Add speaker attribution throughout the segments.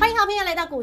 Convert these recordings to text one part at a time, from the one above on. Speaker 1: 欢迎好朋友来到股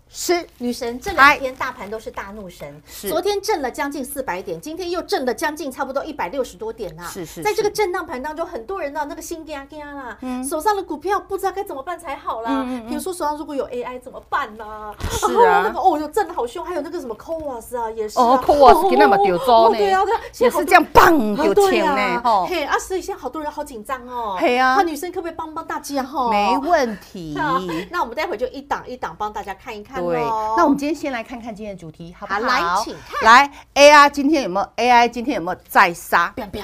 Speaker 2: 师。
Speaker 1: 女神这
Speaker 2: 嗨
Speaker 1: 两天大盘都是大怒神，
Speaker 2: 是
Speaker 1: 昨天震了将近四百点，今天又震了将近差不多一百六十多点呐、
Speaker 2: 是是
Speaker 1: 在这个
Speaker 2: 是
Speaker 1: 震荡盘当中，很多人呢那个心惊惊啦，
Speaker 2: 嗯
Speaker 1: 手上的股票不知道该怎么办才好啦。比如说手上如果有 AI 怎么办呢、
Speaker 2: 是
Speaker 1: 然后
Speaker 2: 啊
Speaker 1: 那个哦哟震的好凶，还有那个什么 COAS 啊也是啊、
Speaker 2: 哦，COAS 今天嘛丢
Speaker 1: 哦
Speaker 2: 糟呢
Speaker 1: 对啊对啊，现
Speaker 2: 也
Speaker 1: 在好
Speaker 2: 是
Speaker 1: 多
Speaker 2: 这样棒
Speaker 1: 啊
Speaker 2: 有
Speaker 1: 对
Speaker 2: 钱
Speaker 1: 啊
Speaker 2: 呢，吼，
Speaker 1: 嘿啊，所以现在好多人好紧张哦。
Speaker 2: 嘿啊
Speaker 1: 那女生可不可以帮帮大家哈？
Speaker 2: 没问题。
Speaker 1: 啊那我们待会就一档一档帮大家看一看
Speaker 2: 对
Speaker 1: 咯，
Speaker 2: 那我们今天先来看看今天的主题，好不
Speaker 1: 好
Speaker 2: 好？
Speaker 1: 来请看
Speaker 2: 来 AI 今天有没有 AI 今天有没有再杀？
Speaker 1: 砰砰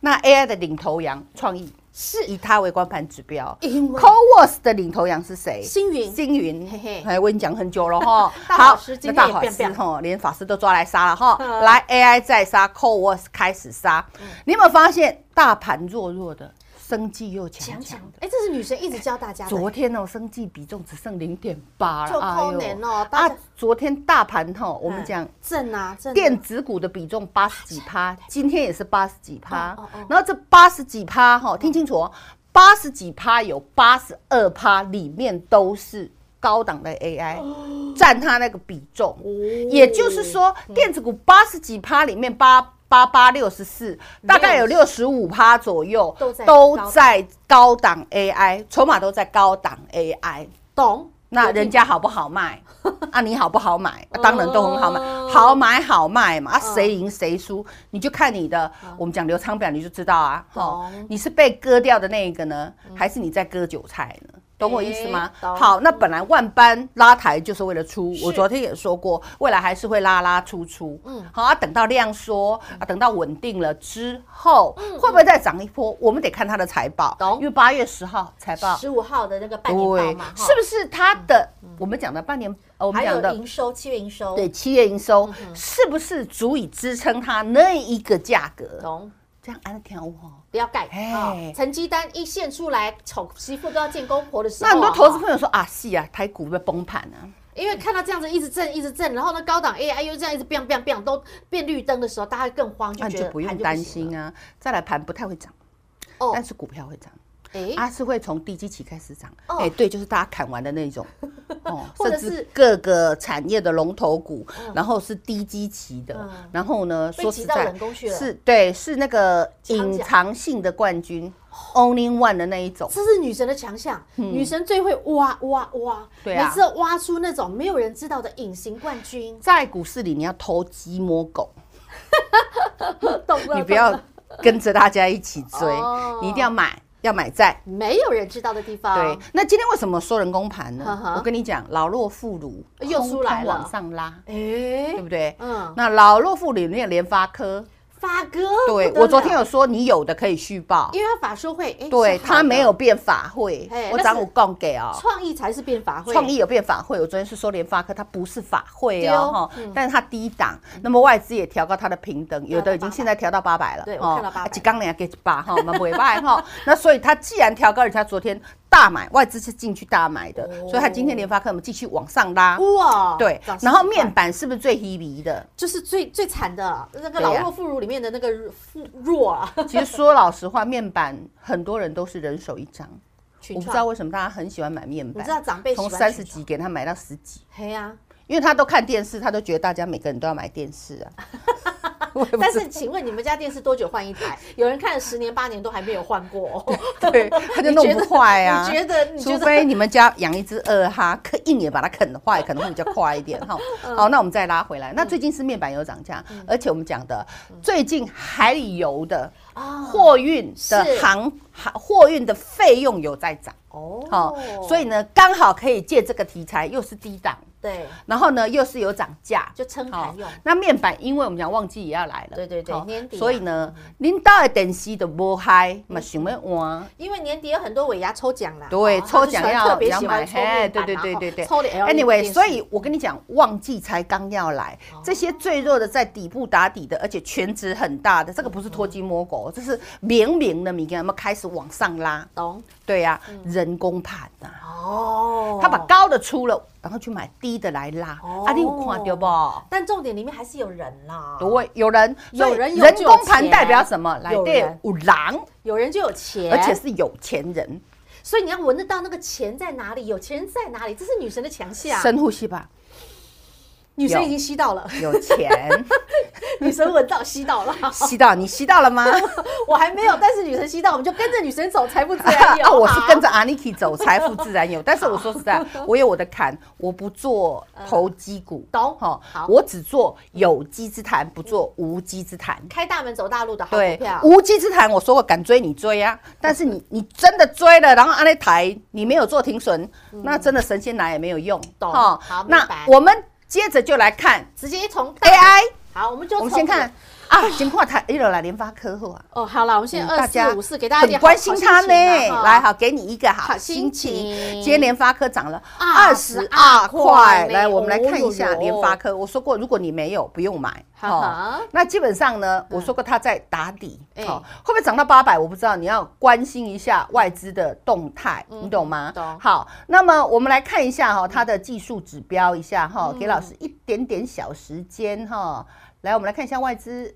Speaker 2: 那 AI 的领头羊创意是以它为光盘指标，
Speaker 1: 因为
Speaker 2: c o w o s 的领头羊是谁？
Speaker 1: 星云
Speaker 2: 星云，
Speaker 1: 嘿嘿
Speaker 2: 哎，我已经讲很久
Speaker 1: 。
Speaker 2: 了哈
Speaker 1: 大法师今
Speaker 2: 那
Speaker 1: 天也
Speaker 2: 大法
Speaker 1: 变
Speaker 2: 师
Speaker 1: 变
Speaker 2: 哈，连法师都抓来杀了哈
Speaker 1: 嗯。
Speaker 2: 来，AI 再杀 c o w o s 开始杀。你有没有发现大盘弱弱的，生技又强
Speaker 1: 强强
Speaker 2: 强的？
Speaker 1: 哎，这是女神一直教大家的，
Speaker 2: 昨天哦，生技比重只剩零点八了，
Speaker 1: 就抠年哦大
Speaker 2: 啊
Speaker 1: 家，
Speaker 2: 昨天大盘哈，我们讲
Speaker 1: 震啊震啊，
Speaker 2: 电子股的比重八十几趴，今天也是八十几趴
Speaker 1: 哦哦哦，
Speaker 2: 然后这八十几趴哈，听清楚哦，八十几趴有八十二趴里面都是高档的 AI 占它那个比重，也就是说电子股八十几趴里面八。八八六十四，大概有六十五趴左右
Speaker 1: 都在，
Speaker 2: 都
Speaker 1: 高档
Speaker 2: 在高档 AI，筹码都在高档 AI。
Speaker 1: 懂？
Speaker 2: 那人家好不 好卖啊？你好不好买？啊当然都很好买
Speaker 1: 哦，嗯
Speaker 2: 好买好卖嘛。啊，谁赢谁输，你就看你的。我们讲流仓表，你就知道啊。哦
Speaker 1: 懂，嗯
Speaker 2: 你是被割掉的那一个呢，还是你在割韭菜呢？懂我意思吗
Speaker 1: 诶懂？
Speaker 2: 好，那本来万般拉抬就是为了出，我
Speaker 1: 是
Speaker 2: 昨天也说过，未来还是会拉拉出出。
Speaker 1: 嗯
Speaker 2: 嗯，好啊，等到量缩啊，等到稳定了之后，会不会再涨一波？我们得看它的财报，
Speaker 1: 嗯懂
Speaker 2: 因为八月十号财报
Speaker 1: 十五号的那个半年报
Speaker 2: 对
Speaker 1: 嘛，，哈嗯
Speaker 2: 是不是它的我们讲的半年，呃我们
Speaker 1: 还
Speaker 2: 讲
Speaker 1: 有
Speaker 2: 的
Speaker 1: 营收，嗯七月营收，
Speaker 2: 对，七月营收是不是足以支撑它那一个价格？
Speaker 1: 懂？
Speaker 2: 这样安跳哦。
Speaker 1: 不要盖
Speaker 2: 嘿
Speaker 1: 啊！成绩单一现出来，丑媳妇都要见公婆的时候
Speaker 2: 那
Speaker 1: 啊，
Speaker 2: 很多投资
Speaker 1: 哈
Speaker 2: 朋友说啊，是啊，台股会不会崩盘啊？
Speaker 1: 因为看到这样子一直震一直震，然后呢高档 AI 又这样一直 biang biang biang 都变绿灯的时候，大家更慌，就
Speaker 2: 那你
Speaker 1: 觉得
Speaker 2: 就不用
Speaker 1: 盘
Speaker 2: 担
Speaker 1: 行了
Speaker 2: 心啊。再来盘不太会涨，
Speaker 1: 哦
Speaker 2: 但。是股票会涨，
Speaker 1: 哎
Speaker 2: 它啊是会从低基期开始涨。
Speaker 1: 哦
Speaker 2: 哎，对，就是大家砍完的那 种，哦，
Speaker 1: 或者
Speaker 2: 甚至
Speaker 1: 是哦
Speaker 2: 各个产业的龙头股，然后是低基期的
Speaker 1: 嗯，
Speaker 2: 然后呢，
Speaker 1: 被
Speaker 2: 说
Speaker 1: 挤
Speaker 2: 实
Speaker 1: 到
Speaker 2: 在
Speaker 1: 冷宫去了
Speaker 2: 是对，是那个
Speaker 1: 长
Speaker 2: 隐
Speaker 1: 假
Speaker 2: 藏性的冠军，Only One 的那一种。
Speaker 1: 这是女神的强项，女神最会挖挖挖，
Speaker 2: 嗯对啊。
Speaker 1: 每次挖出那种没有人知道的隐形冠军
Speaker 2: 在股市里，你要偷鸡摸 狗，
Speaker 1: 懂了，
Speaker 2: 你不要
Speaker 1: 懂了
Speaker 2: 跟着大家一 起追
Speaker 1: 哦，
Speaker 2: 你一定要买，要买在
Speaker 1: 没有人知道的地方。
Speaker 2: 对，，那今天为什么说人工盘
Speaker 1: 呵呵
Speaker 2: 呢？我跟你讲，老弱妇孺
Speaker 1: 又出来
Speaker 2: 通通
Speaker 1: 了
Speaker 2: 往上拉，
Speaker 1: 哎、
Speaker 2: 对不对？
Speaker 1: 嗯，
Speaker 2: 那老弱妇孺里面联发科，
Speaker 1: 发哥，
Speaker 2: 对
Speaker 1: 哦不得了
Speaker 2: 我昨天，有说你有的可以续报，
Speaker 1: 因为他法说会，哎、
Speaker 2: 对
Speaker 1: 是好的
Speaker 2: 它没有变法会
Speaker 1: 嘿，
Speaker 2: 我
Speaker 1: 那
Speaker 2: 涨
Speaker 1: 是
Speaker 2: 我供给哦。
Speaker 1: 创意才是变法会，
Speaker 2: 创意有变法会，我昨天是说联发科它不是法会
Speaker 1: 对哦
Speaker 2: 哦，哈、但是它低档，那么外资也调高它的平等，有的已经现在调到八百了，
Speaker 1: 对我看到800
Speaker 2: 几刚两给几八哈，蛮不会卖哈， 那所以它既然调高，而且它昨天大买，外资是进去大买的，
Speaker 1: 哦
Speaker 2: 所以它今天联发科我们继续往上拉，
Speaker 1: 哇，
Speaker 2: 啊对
Speaker 1: 涨，十
Speaker 2: 然后
Speaker 1: 几块
Speaker 2: 面板是不是最 hebe 的？
Speaker 1: 就是最最惨的那个
Speaker 2: 对啊
Speaker 1: 老弱妇孺里面的那个妇弱啊，
Speaker 2: 其实说老实话，面板很多人都是人手一张，
Speaker 1: 群
Speaker 2: 我不知道，为什么大家很喜欢买面板，
Speaker 1: 你知道长辈
Speaker 2: 从
Speaker 1: 喜欢
Speaker 2: 三
Speaker 1: 群
Speaker 2: 十
Speaker 1: 创
Speaker 2: 几给他买到十几。
Speaker 1: 嘿呀、
Speaker 2: 因为他都看电视，他都觉得大家每个人都要买电 视啊。我也不
Speaker 1: 但
Speaker 2: 知
Speaker 1: 是请问你们家电视多久换一台？有人看了十年八年都还没有换过、哦。
Speaker 2: 道对，他就弄不坏啊。
Speaker 1: 你觉得你觉得
Speaker 2: 除非你们家养一只二哈，啃一年把它啃坏，可能会比较快 一点哈。
Speaker 1: 嗯
Speaker 2: 好，那我们再拉回来。那最近是面板有涨价，而且我们讲的最近海里游的
Speaker 1: 啊
Speaker 2: 货运的
Speaker 1: 是
Speaker 2: 航航货运的费用有在涨。
Speaker 1: 哦
Speaker 2: 好、所以呢，刚好可以借这个题材，又是低档，
Speaker 1: 对，
Speaker 2: 然后呢又是有涨价，
Speaker 1: 就撑
Speaker 2: 好
Speaker 1: 盘用。
Speaker 2: 那面板，因为我们讲旺季也要来了，
Speaker 1: 对对对
Speaker 2: 好
Speaker 1: 年底啊
Speaker 2: 所以呢，您到的电视都无嗨，嘛想要换。
Speaker 1: 因为年底有很多尾牙抽奖啦，
Speaker 2: 对，
Speaker 1: 哦
Speaker 2: 抽奖
Speaker 1: 他就喜欢
Speaker 2: 要
Speaker 1: 特别
Speaker 2: 要
Speaker 1: 喜
Speaker 2: 买，
Speaker 1: 欢抽面
Speaker 2: 对
Speaker 1: 板
Speaker 2: 对
Speaker 1: 啊
Speaker 2: 对对
Speaker 1: 哦
Speaker 2: 对。
Speaker 1: 抽的 LED
Speaker 2: Anyway，
Speaker 1: 电
Speaker 2: 所
Speaker 1: 视哦
Speaker 2: 以我跟你讲，旺季才刚要来，这些最弱的在底部打底的，而且全值很大的，这个不是脱鸡摸
Speaker 1: 嗯
Speaker 2: 狗，这是明明的米干，我们开始往上拉。
Speaker 1: 懂
Speaker 2: 对呀、人工盘呐、啊，
Speaker 1: 嗯哦，
Speaker 2: 他把，高的出了，然后去买低的来拉，
Speaker 1: 哦
Speaker 2: 啊，你有看到不？
Speaker 1: 但重点里面还是有人啦，
Speaker 2: 对，有人，所以
Speaker 1: 有人有
Speaker 2: 人
Speaker 1: 就有
Speaker 2: 工盘
Speaker 1: 钱
Speaker 2: 代表什么？来
Speaker 1: 有
Speaker 2: 对
Speaker 1: 人，
Speaker 2: 五郎，
Speaker 1: 有人就有钱，
Speaker 2: 而且是有钱人，
Speaker 1: 所以你要闻得到那个钱在哪里，有钱人在哪里，这是啊女神的强项。
Speaker 2: 深呼吸吧，
Speaker 1: 女神
Speaker 2: 有
Speaker 1: 已经吸到了，
Speaker 2: 有钱，
Speaker 1: 女神闻到吸 到了，
Speaker 2: 吸到你吸到了 吗？
Speaker 1: 我还没有，但是女神吸到，我们就跟着女神走，财富自 然有。
Speaker 2: 啊，我是跟着 Aniki 走，财富自然有。但是我说实在，我有我的坎，我不做投机股，
Speaker 1: 嗯懂
Speaker 2: 哈
Speaker 1: 好
Speaker 2: 我只做有机之谈，不做无机之谈。
Speaker 1: 开大门走大路的好股
Speaker 2: 对
Speaker 1: 票，，
Speaker 2: 无稽之谈，我说我敢追你 追啊，但是你你真的追了，然后按那台你没有做停损，那真的神仙来也没有用。
Speaker 1: 嗯懂
Speaker 2: 哈
Speaker 1: 好明
Speaker 2: 那
Speaker 1: 白
Speaker 2: 我们接着就来看
Speaker 1: 直接从大
Speaker 2: AI，
Speaker 1: 好，我们就
Speaker 2: 啊我们
Speaker 1: 从
Speaker 2: 先看啊，先看台一路来联发科后啊。
Speaker 1: 哦，好了，我们现在
Speaker 2: 嗯
Speaker 1: 二四五四给大家一
Speaker 2: 很
Speaker 1: 点
Speaker 2: 关心它呢。来，，
Speaker 1: 好啊
Speaker 2: 好，给你一个好
Speaker 1: 好心
Speaker 2: 心
Speaker 1: 情啊
Speaker 2: 情。今天联发科涨了二十
Speaker 1: 22
Speaker 2: 二
Speaker 1: 块
Speaker 2: 块，
Speaker 1: 呢
Speaker 2: 啊来，我们来看一
Speaker 1: 哦
Speaker 2: 下
Speaker 1: 呦
Speaker 2: 联发科。我说过，如果你没有，不用买。
Speaker 1: 好好
Speaker 2: 那基本上呢，我说过它在打底，
Speaker 1: 嗯哎
Speaker 2: 好，会不会涨到八百？我不知道，你要关心一下外资的动态，
Speaker 1: 嗯
Speaker 2: 你懂吗？
Speaker 1: 懂
Speaker 2: 好，那么我们来看一下哈，它的技术指标一下哈，
Speaker 1: 嗯
Speaker 2: 给老师一点点小时间哈。来，我们来看一下外资。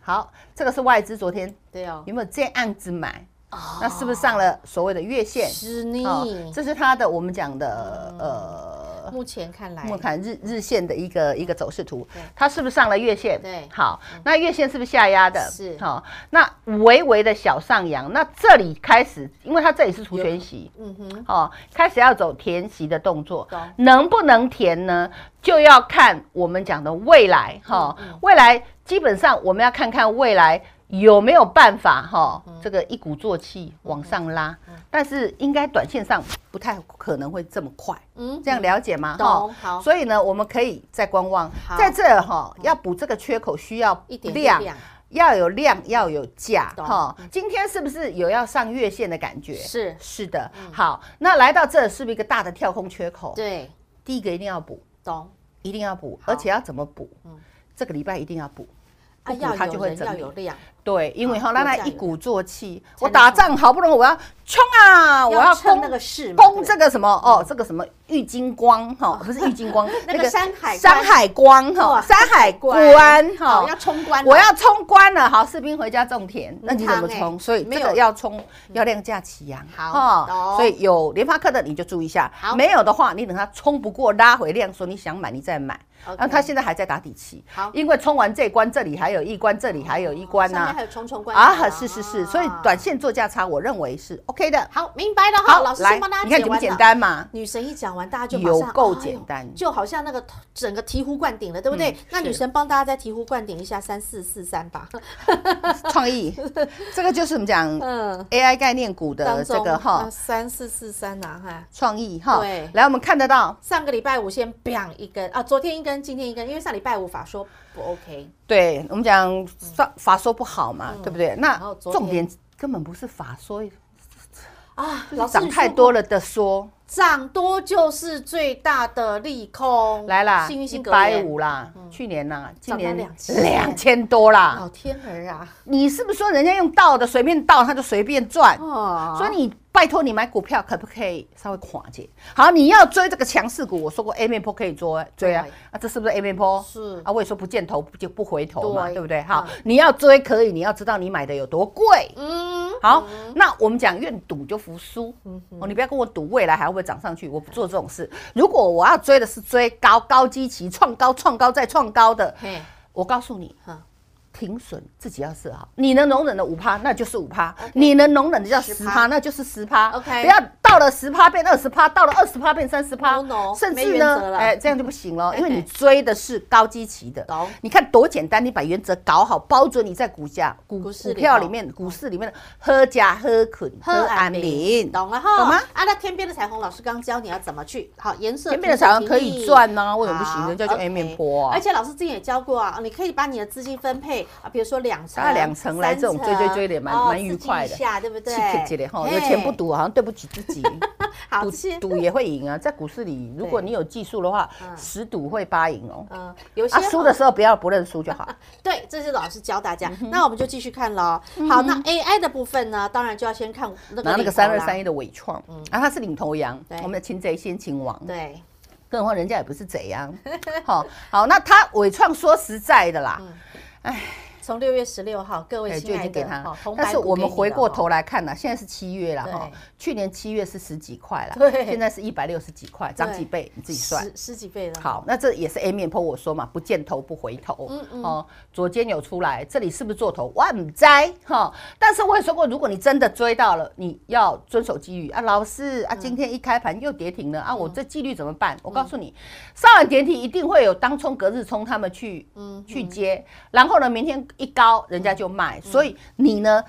Speaker 2: 好，这个是外资昨天
Speaker 1: 对哦，
Speaker 2: 有没有这样子买？那是不是上了所谓的月线？
Speaker 1: 是你
Speaker 2: 哦这是它的我们讲的呃。
Speaker 1: 目前看来
Speaker 2: 我，们看日日线的一个一个走势图
Speaker 1: 对，
Speaker 2: 它是不是上了月线？
Speaker 1: 对嗯
Speaker 2: 好，那月线是不是下压的？
Speaker 1: 是
Speaker 2: 好、那微微的小上扬，那这里开始，因为它这里是除权息，
Speaker 1: 嗯哼，
Speaker 2: 哦，开始要走填息的动作
Speaker 1: 懂，
Speaker 2: 能不能填呢？就要看我们讲的未来哈、
Speaker 1: 嗯
Speaker 2: 未来基本上我们要看看未来有没有办法哈、
Speaker 1: 嗯
Speaker 2: 这个一鼓作气往上拉，但是应该短线上不太可能会这么快，
Speaker 1: 嗯
Speaker 2: 这样了解吗？
Speaker 1: 懂
Speaker 2: 哈
Speaker 1: 好
Speaker 2: 所以呢，我们可以再观望
Speaker 1: 好，嗯
Speaker 2: 在这哈、要补这个缺口需要
Speaker 1: 一点
Speaker 2: 量
Speaker 1: 量
Speaker 2: 要有量，要有价，
Speaker 1: 懂嗯
Speaker 2: 哈。今天是不是有要上月线的感觉？
Speaker 1: 是嗯
Speaker 2: 是的，好，那来到这是不是一个大的跳空缺口？
Speaker 1: 对，
Speaker 2: 第一个一定要补，
Speaker 1: 懂。
Speaker 2: 一定要补，而且要怎么补？
Speaker 1: 嗯
Speaker 2: 这个礼拜一定要补，
Speaker 1: 啊，
Speaker 2: 不补
Speaker 1: 要
Speaker 2: 它
Speaker 1: 有
Speaker 2: 就会
Speaker 1: 人
Speaker 2: 整
Speaker 1: 要
Speaker 2: 理
Speaker 1: 有量，
Speaker 2: 对，因为
Speaker 1: 好
Speaker 2: 哈，让
Speaker 1: 有价
Speaker 2: 它
Speaker 1: 有
Speaker 2: 一鼓作气。
Speaker 1: 才能
Speaker 2: 我打仗好不容易，我要冲啊！我要
Speaker 1: 趁
Speaker 2: 攻
Speaker 1: 那个势嘛，
Speaker 2: 攻
Speaker 1: 对嗯哦
Speaker 2: 这个什么哦，这个什么郁金光哈，不是郁金光
Speaker 1: ，那个山海关
Speaker 2: 山海光
Speaker 1: 哇
Speaker 2: 哈，山海
Speaker 1: 不对
Speaker 2: 关
Speaker 1: 好
Speaker 2: 哈
Speaker 1: 要，哦冲关了，啊
Speaker 2: 我要冲关了，好，士兵回家种田，那你怎
Speaker 1: 汤
Speaker 2: 么
Speaker 1: 欸
Speaker 2: 冲？所以
Speaker 1: 没
Speaker 2: 这
Speaker 1: 有
Speaker 2: 个要冲，要量价齐扬。
Speaker 1: 好
Speaker 2: 哦
Speaker 1: 懂
Speaker 2: 所以有联发科的你就注意一下
Speaker 1: 好，
Speaker 2: 没有的话，你等它冲不过拉回量，说你想买你再买。
Speaker 1: OK
Speaker 2: 然后它现在还在打底期
Speaker 1: 好，
Speaker 2: 因为冲完这一关，这里还有一关，这里还有一关
Speaker 1: 上面
Speaker 2: 呐
Speaker 1: 还。有哦重重关卡
Speaker 2: 啊，
Speaker 1: 啦
Speaker 2: 是是是，所以短线做价差，我认为是 OK 的。
Speaker 1: 好明白了哈，老师
Speaker 2: 来
Speaker 1: 先帮大，家
Speaker 2: 你看
Speaker 1: 解
Speaker 2: 怎么
Speaker 1: 完
Speaker 2: 简
Speaker 1: 了。
Speaker 2: 单 嘛？
Speaker 1: 女神一讲完，大家就马
Speaker 2: 有
Speaker 1: 上
Speaker 2: 够
Speaker 1: 哎呦
Speaker 2: 简单
Speaker 1: 就好像那个整个醍醐灌顶了，对不对？
Speaker 2: 嗯
Speaker 1: 那
Speaker 2: 是
Speaker 1: 女神帮大家再醍醐灌顶一下三四四三吧。
Speaker 2: 创意，这个就是我们讲
Speaker 1: 嗯，
Speaker 2: AI 概念股
Speaker 1: 当
Speaker 2: 的
Speaker 1: 中啊
Speaker 2: 这个哈
Speaker 1: 三四四三呐哈。
Speaker 2: 创意哈
Speaker 1: 对。
Speaker 2: 来，我们看得到，
Speaker 1: 上个礼拜五先 bang 一根啊，昨天一根，今天一根，因为上礼拜五法说不 OK，
Speaker 2: 对我们讲法法说不好嘛，对不对？那
Speaker 1: 嗯然后昨天
Speaker 2: 重点根本不是法说，
Speaker 1: 啊，
Speaker 2: 就
Speaker 1: 老
Speaker 2: 是
Speaker 1: 师
Speaker 2: 涨
Speaker 1: 你
Speaker 2: 太
Speaker 1: 说
Speaker 2: 多了的说，
Speaker 1: 涨多就是最大的利空。
Speaker 2: 来啦，
Speaker 1: 幸运
Speaker 2: 一
Speaker 1: 星
Speaker 2: 百
Speaker 1: 格言，嗯
Speaker 2: 五啦，去年啦，今
Speaker 1: 涨到
Speaker 2: 年
Speaker 1: 2000
Speaker 2: 两千多啦
Speaker 1: 老。天儿啊！
Speaker 2: 你是不是说人家用倒的随便倒，他就随便赚？
Speaker 1: 哦，
Speaker 2: 所以你拜托你买股票可不可以稍微垮解？好，你要追这个强势股，我说过 A 面坡可以追追啊
Speaker 1: 对，
Speaker 2: 啊这是不是 A 面坡？
Speaker 1: 是
Speaker 2: 啊，我也说不见头不就不回头嘛，
Speaker 1: 对
Speaker 2: 对不对？好
Speaker 1: 嗯，
Speaker 2: 你要追可以，你要知道你买的有多贵。
Speaker 1: 嗯，
Speaker 2: 好，那我们讲愿赌就服输，哦，你不要跟我赌未来还会不会涨上去，我不做这种事。如果我要追的是追高高基期、创高、创高再创高的，
Speaker 1: 嘿，
Speaker 2: 我告诉你
Speaker 1: 嗯，
Speaker 2: 停损自己要设好，你能容忍的五趴，那就是五趴；你能容忍的叫十趴，
Speaker 1: 10%
Speaker 2: 那就是十趴。
Speaker 1: OK
Speaker 2: 不要到了十趴变二十趴，到了二十趴变三十
Speaker 1: No,
Speaker 2: 趴
Speaker 1: Oh no，，
Speaker 2: 甚
Speaker 1: 没
Speaker 2: 至
Speaker 1: 原则
Speaker 2: 呢，
Speaker 1: 了
Speaker 2: 哎，这样就不 行了，因为你
Speaker 1: OK
Speaker 2: 追的是高基期的
Speaker 1: 懂。
Speaker 2: 你看多简单，你把原则搞好，包准你在股价、股
Speaker 1: 股市里
Speaker 2: 股票
Speaker 1: 头
Speaker 2: 里面、股市里面的喝家喝捆喝安眠，
Speaker 1: 懂了哈？
Speaker 2: 懂吗？
Speaker 1: 啊，那天边的彩虹老师刚教你要怎么去好颜色，
Speaker 2: 前面的彩虹可以
Speaker 1: 赚。
Speaker 2: 赚呐，为什么不行？人家叫 A 面坡啊
Speaker 1: 而。且老师之前也教过啊，你可以把你的资金分配啊，比如说两层、
Speaker 2: 大概两层来这种追追追的也蛮
Speaker 1: 哦
Speaker 2: 蛮愉快的
Speaker 1: 刺激一下对不对？
Speaker 2: 气的哈，有钱不
Speaker 1: 嘿，
Speaker 2: 赌，好像对不起自己。
Speaker 1: 好
Speaker 2: 赌
Speaker 1: 吃。
Speaker 2: 赌也会赢啊，在股市里，如果你有技术的话，十赌会八赢哦。
Speaker 1: 嗯，有些
Speaker 2: 啊，输的时候不要不认输就 好。
Speaker 1: 对，这是老师教大家。
Speaker 2: 嗯
Speaker 1: 那我们就继续看喽。好，那 AI 的部分呢，当然就要先看那个
Speaker 2: 拿那个
Speaker 1: 领头啦嗯
Speaker 2: 三二三。一的伟创，啊，它是领头羊
Speaker 1: 对，
Speaker 2: 我们的擒贼先擒王。
Speaker 1: 对，
Speaker 2: 更何况人家也不是贼啊。 好，好，那他伟创说实在的啦，
Speaker 1: 从六月十六号，各位
Speaker 2: 哎
Speaker 1: 亲
Speaker 2: 就已
Speaker 1: 爱
Speaker 2: 经给
Speaker 1: 的
Speaker 2: 他
Speaker 1: 哦
Speaker 2: 了
Speaker 1: 红。
Speaker 2: 但
Speaker 1: 白
Speaker 2: 是
Speaker 1: 股
Speaker 2: 我们
Speaker 1: 给你
Speaker 2: 回
Speaker 1: 了
Speaker 2: 过
Speaker 1: 哦
Speaker 2: 头来看呢，现在是七月了哈
Speaker 1: 对，
Speaker 2: 去年七月是十几块了，
Speaker 1: 对
Speaker 2: 现在是一百六十几块，涨几倍你自己算。
Speaker 1: 十十几倍了。
Speaker 2: 好，，那这也是 A 面坡，我说嘛，不见头不回头。
Speaker 1: 嗯嗯
Speaker 2: 哦，左肩有出来，这里是不是做头？万哉哈！但是我也说过，如果你真的追到了，你要遵守纪律啊。老师啊，今天一开盘又跌停了、啊，
Speaker 1: 嗯
Speaker 2: 我这纪律怎么办？我告诉你，上完跌停一定会有当冲、隔日冲他们去、
Speaker 1: 嗯
Speaker 2: 去接，然后呢，明天一高人家就卖，所以你呢？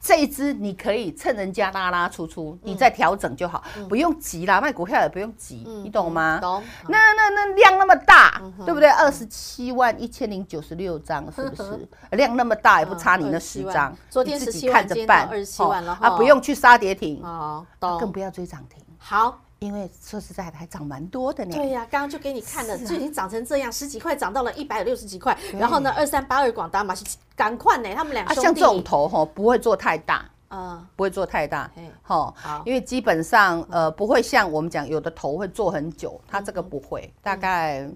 Speaker 2: 这一支你可以趁人家拉拉出出，
Speaker 1: 嗯
Speaker 2: 你再调整就好，不用急啦，卖股票也不用急，你懂吗？
Speaker 1: 嗯懂。
Speaker 2: 那那那量那么大，
Speaker 1: 嗯
Speaker 2: 对不对？二十七万一千零九十六张，是
Speaker 1: 嗯
Speaker 2: 不是？量那么大，也不差你那十
Speaker 1: 27
Speaker 2: 张
Speaker 1: 万，昨天
Speaker 2: 你自己
Speaker 1: 17万
Speaker 2: 看
Speaker 1: 今
Speaker 2: 着
Speaker 1: 天
Speaker 2: 办。
Speaker 1: 到27万
Speaker 2: 哦
Speaker 1: 了
Speaker 2: 啊，
Speaker 1: 哈
Speaker 2: 不用去杀跌停，
Speaker 1: 哦，
Speaker 2: 更
Speaker 1: 懂。
Speaker 2: 不要追涨停，
Speaker 1: 好，
Speaker 2: 因为说实在的，还涨蛮多的呢。
Speaker 1: 对呀、刚刚就给你看
Speaker 2: 啊
Speaker 1: 了，就已经涨成这样，十几块涨到了一百六十几块，然后呢，二三八二广达马是赶快呢，他们两
Speaker 2: 啊，
Speaker 1: 兄弟，
Speaker 2: 像这种头哈，不会做太大。
Speaker 1: 嗯，
Speaker 2: 不会做太大
Speaker 1: 嘿，
Speaker 2: 哈
Speaker 1: 好，
Speaker 2: 因为基本上呃不会像我们讲有的头会做很久，它
Speaker 1: 嗯
Speaker 2: 这个不会，大概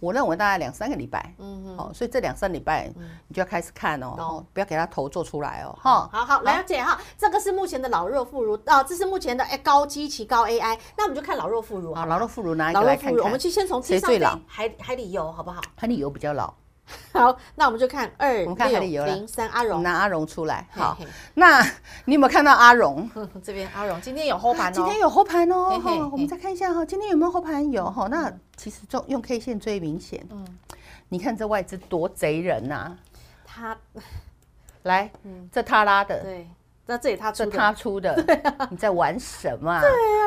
Speaker 2: 我认为大概两三个礼拜，嗯，好，所以这两三礼拜你就要开始看哦，
Speaker 1: 嗯懂
Speaker 2: 哦不要给它头做出来哦，哈，
Speaker 1: 好好了解哈，这个是目前的老弱妇孺啊，这是目前的哎高基期高 AI，那我们就看老弱妇孺
Speaker 2: 好，
Speaker 1: 好
Speaker 2: 哦老弱妇孺拿一
Speaker 1: 老
Speaker 2: 个
Speaker 1: 弱
Speaker 2: 来
Speaker 1: 妇
Speaker 2: 看
Speaker 1: 孺，
Speaker 2: 看，
Speaker 1: 我们去先从地
Speaker 2: 谁
Speaker 1: 上
Speaker 2: 最
Speaker 1: 飞
Speaker 2: 老？
Speaker 1: 海海里游好不好？
Speaker 2: 海里游比较老，
Speaker 1: 好，那我们就看二
Speaker 2: 们看海里
Speaker 1: 六
Speaker 2: 游啦
Speaker 1: 零三阿
Speaker 2: 我
Speaker 1: 荣
Speaker 2: 们，拿阿荣出来，好
Speaker 1: 嘿嘿，
Speaker 2: 那你有没有看到阿荣？
Speaker 1: 这边阿荣今天有后盘哦，
Speaker 2: 今天有后盘哦
Speaker 1: 嘿，嘿
Speaker 2: 哈，我
Speaker 1: 嘿嗯
Speaker 2: 们再看一下哈，今天有没有后盘有哈？那其实用用 K 线最明显，嗯，你看这外资多贼人呐，
Speaker 1: 他
Speaker 2: 来，
Speaker 1: 嗯
Speaker 2: 这他拉的，
Speaker 1: 对，那这也他出
Speaker 2: 呃这
Speaker 1: 的，啊
Speaker 2: 他 出的，你在玩什么啊？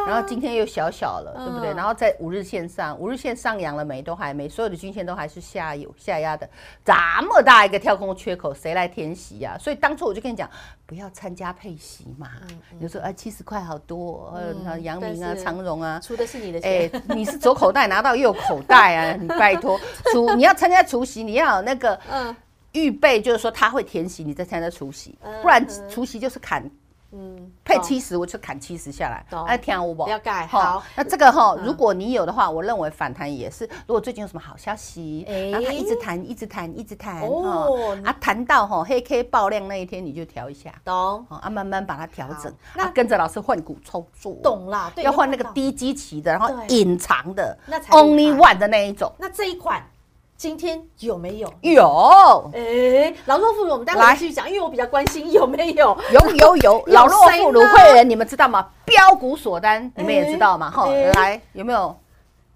Speaker 2: 然后今天又小小了，对不对？
Speaker 1: 嗯
Speaker 2: 然后在五日线上，五日线上扬了没？都还没，所有的均线都还是下有下压的，这么大一个跳空缺口，谁来填息呀、所以当初我就跟你讲，不要参加配息嘛。你就说，哎，七十块好多，呃，那阳明啊
Speaker 1: 嗯但，是
Speaker 2: 长荣啊，
Speaker 1: 出的是你的
Speaker 2: 哎
Speaker 1: 钱，、
Speaker 2: 你是左口袋拿到右口袋啊！ 你拜托，除你要参加除夕，你要有那个
Speaker 1: 嗯
Speaker 2: 预备，就是说他会填息，你再参加除夕
Speaker 1: 嗯，
Speaker 2: 不然
Speaker 1: 嗯
Speaker 2: 除夕就是砍
Speaker 1: 嗯，
Speaker 2: 配
Speaker 1: 懂
Speaker 2: 七十，我就砍七十下来
Speaker 1: 懂，
Speaker 2: 哎，听我不？
Speaker 1: 了解
Speaker 2: 哈
Speaker 1: 好嗯
Speaker 2: 那这个哈，如果你有的话，我认为反弹也是。如果最近有什么好消息，
Speaker 1: 哎
Speaker 2: 然后它一直弹，一直弹，一直弹，
Speaker 1: 哦
Speaker 2: 哦，啊，弹到哈黑 K 爆量那一天，你就调一下，
Speaker 1: 懂
Speaker 2: 哦，啊，慢慢把它调整
Speaker 1: 好，
Speaker 2: 那跟着老师换股操作，
Speaker 1: 懂啦，对，
Speaker 2: 要换那个
Speaker 1: 懂懂
Speaker 2: 低基期的，然后
Speaker 1: 对
Speaker 2: 隐藏的
Speaker 1: 那才厉
Speaker 2: ，Only
Speaker 1: 害
Speaker 2: One 的那一种。
Speaker 1: 那这一款今天有没有？
Speaker 2: 有
Speaker 1: 哎、老弱妇孺，我们待会
Speaker 2: 嗯来
Speaker 1: 儿继续讲，因为我比较关心有没有。
Speaker 2: 有有有，
Speaker 1: 有
Speaker 2: 老弱
Speaker 1: 谁
Speaker 2: 妇
Speaker 1: 呢
Speaker 2: 孺会员你们知道吗？标股锁单你们也知道嘛？哈
Speaker 1: 哎，
Speaker 2: 来有没有？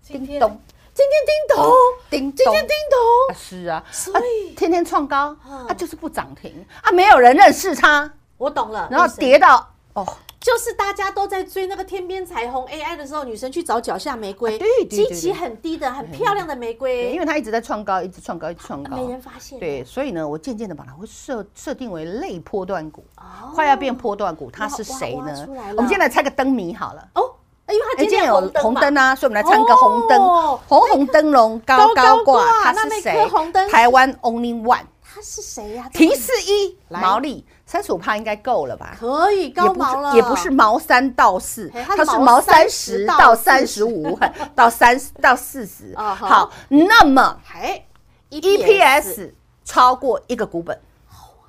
Speaker 1: 今
Speaker 2: 叮
Speaker 1: 天
Speaker 2: 咚，
Speaker 1: 今天叮咚，
Speaker 2: 叮
Speaker 1: 哦今
Speaker 2: 咚
Speaker 1: 天叮
Speaker 2: 啊
Speaker 1: 咚，
Speaker 2: 是啊，
Speaker 1: 所以、
Speaker 2: 天天创高
Speaker 1: 嗯，
Speaker 2: 它就是不涨停啊，没有人认识它，
Speaker 1: 我懂了。
Speaker 2: 然后
Speaker 1: 女神
Speaker 2: 跌到哦，
Speaker 1: 就是大家都在追那个天边彩虹 AI 的时候，女生去找脚下玫瑰，
Speaker 2: 啊对对对哎
Speaker 1: 基期很低的、很漂亮的玫
Speaker 2: 对
Speaker 1: 瑰
Speaker 2: 因，为它一直在创高，一直创高，一直创
Speaker 1: 哎啊没
Speaker 2: 高。
Speaker 1: 人发现。
Speaker 2: 对，所以呢，我渐渐的把它会设设定为类波段股，
Speaker 1: 哦，
Speaker 2: 快要变波段股，它
Speaker 1: 哇
Speaker 2: 是
Speaker 1: 哇
Speaker 2: 谁
Speaker 1: 哇
Speaker 2: 呢
Speaker 1: 出来了？
Speaker 2: 我们先来猜个灯谜好了。
Speaker 1: 哦，因为它
Speaker 2: 哎，
Speaker 1: 今
Speaker 2: 今
Speaker 1: 天
Speaker 2: 天
Speaker 1: 有
Speaker 2: 有
Speaker 1: 红灯
Speaker 2: 红
Speaker 1: 嘛
Speaker 2: 灯啊，所以我们来参个红灯，
Speaker 1: 哦
Speaker 2: 红红灯笼高高挂，它是
Speaker 1: 那那
Speaker 2: 谁
Speaker 1: 颗红灯？
Speaker 2: 台湾 only one。
Speaker 1: 它是谁呀、
Speaker 2: 提示一，
Speaker 1: 来
Speaker 2: 毛利三十五帕应该够了吧？
Speaker 1: 可以
Speaker 2: 也
Speaker 1: 高
Speaker 2: 不
Speaker 1: 毛
Speaker 2: 是
Speaker 1: 了，
Speaker 2: 也不是毛三到四
Speaker 1: 嘿，它
Speaker 2: 它
Speaker 1: 是
Speaker 2: 是
Speaker 1: 毛
Speaker 2: 毛三
Speaker 1: 30
Speaker 2: 十
Speaker 1: 到
Speaker 2: 到三十五， 到三十到四十。
Speaker 1: 哦好
Speaker 2: 好，那么 E
Speaker 1: 哎
Speaker 2: EPS 超过一个股本，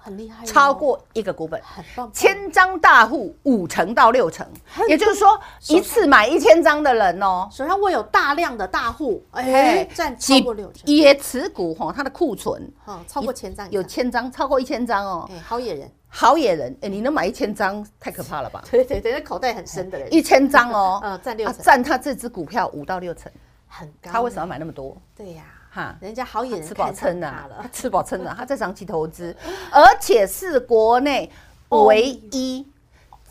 Speaker 1: 很厉害哦，
Speaker 2: 超过一个股本。
Speaker 1: 很棒，
Speaker 2: 千张大户五成到六成，也就是说一次买一千张的人哦，
Speaker 1: 手上握有大量的大户，哎
Speaker 2: 哎，
Speaker 1: 占超
Speaker 2: 几
Speaker 1: 过六成，
Speaker 2: 也持股吼，它的库存
Speaker 1: 哦，超过千张以
Speaker 2: 有
Speaker 1: 上，
Speaker 2: 千张，超过一千张哦。
Speaker 1: 哎，好野人，
Speaker 2: 好野人，哎，你能买一千张，太可怕 了吧？
Speaker 1: 对对对，那口袋很深的人，
Speaker 2: 一千张哦，
Speaker 1: 嗯呃占六成
Speaker 2: 啊占他这只股票五到六成，
Speaker 1: 很高，
Speaker 2: 他为什么要？买那么多？
Speaker 1: 对呀，
Speaker 2: 哈，
Speaker 1: 人家好野人
Speaker 2: 吃饱
Speaker 1: 看上
Speaker 2: 撑
Speaker 1: 他
Speaker 2: 啊，
Speaker 1: 了，
Speaker 2: 吃饱撑啊，他在长期投资，而且是国内唯一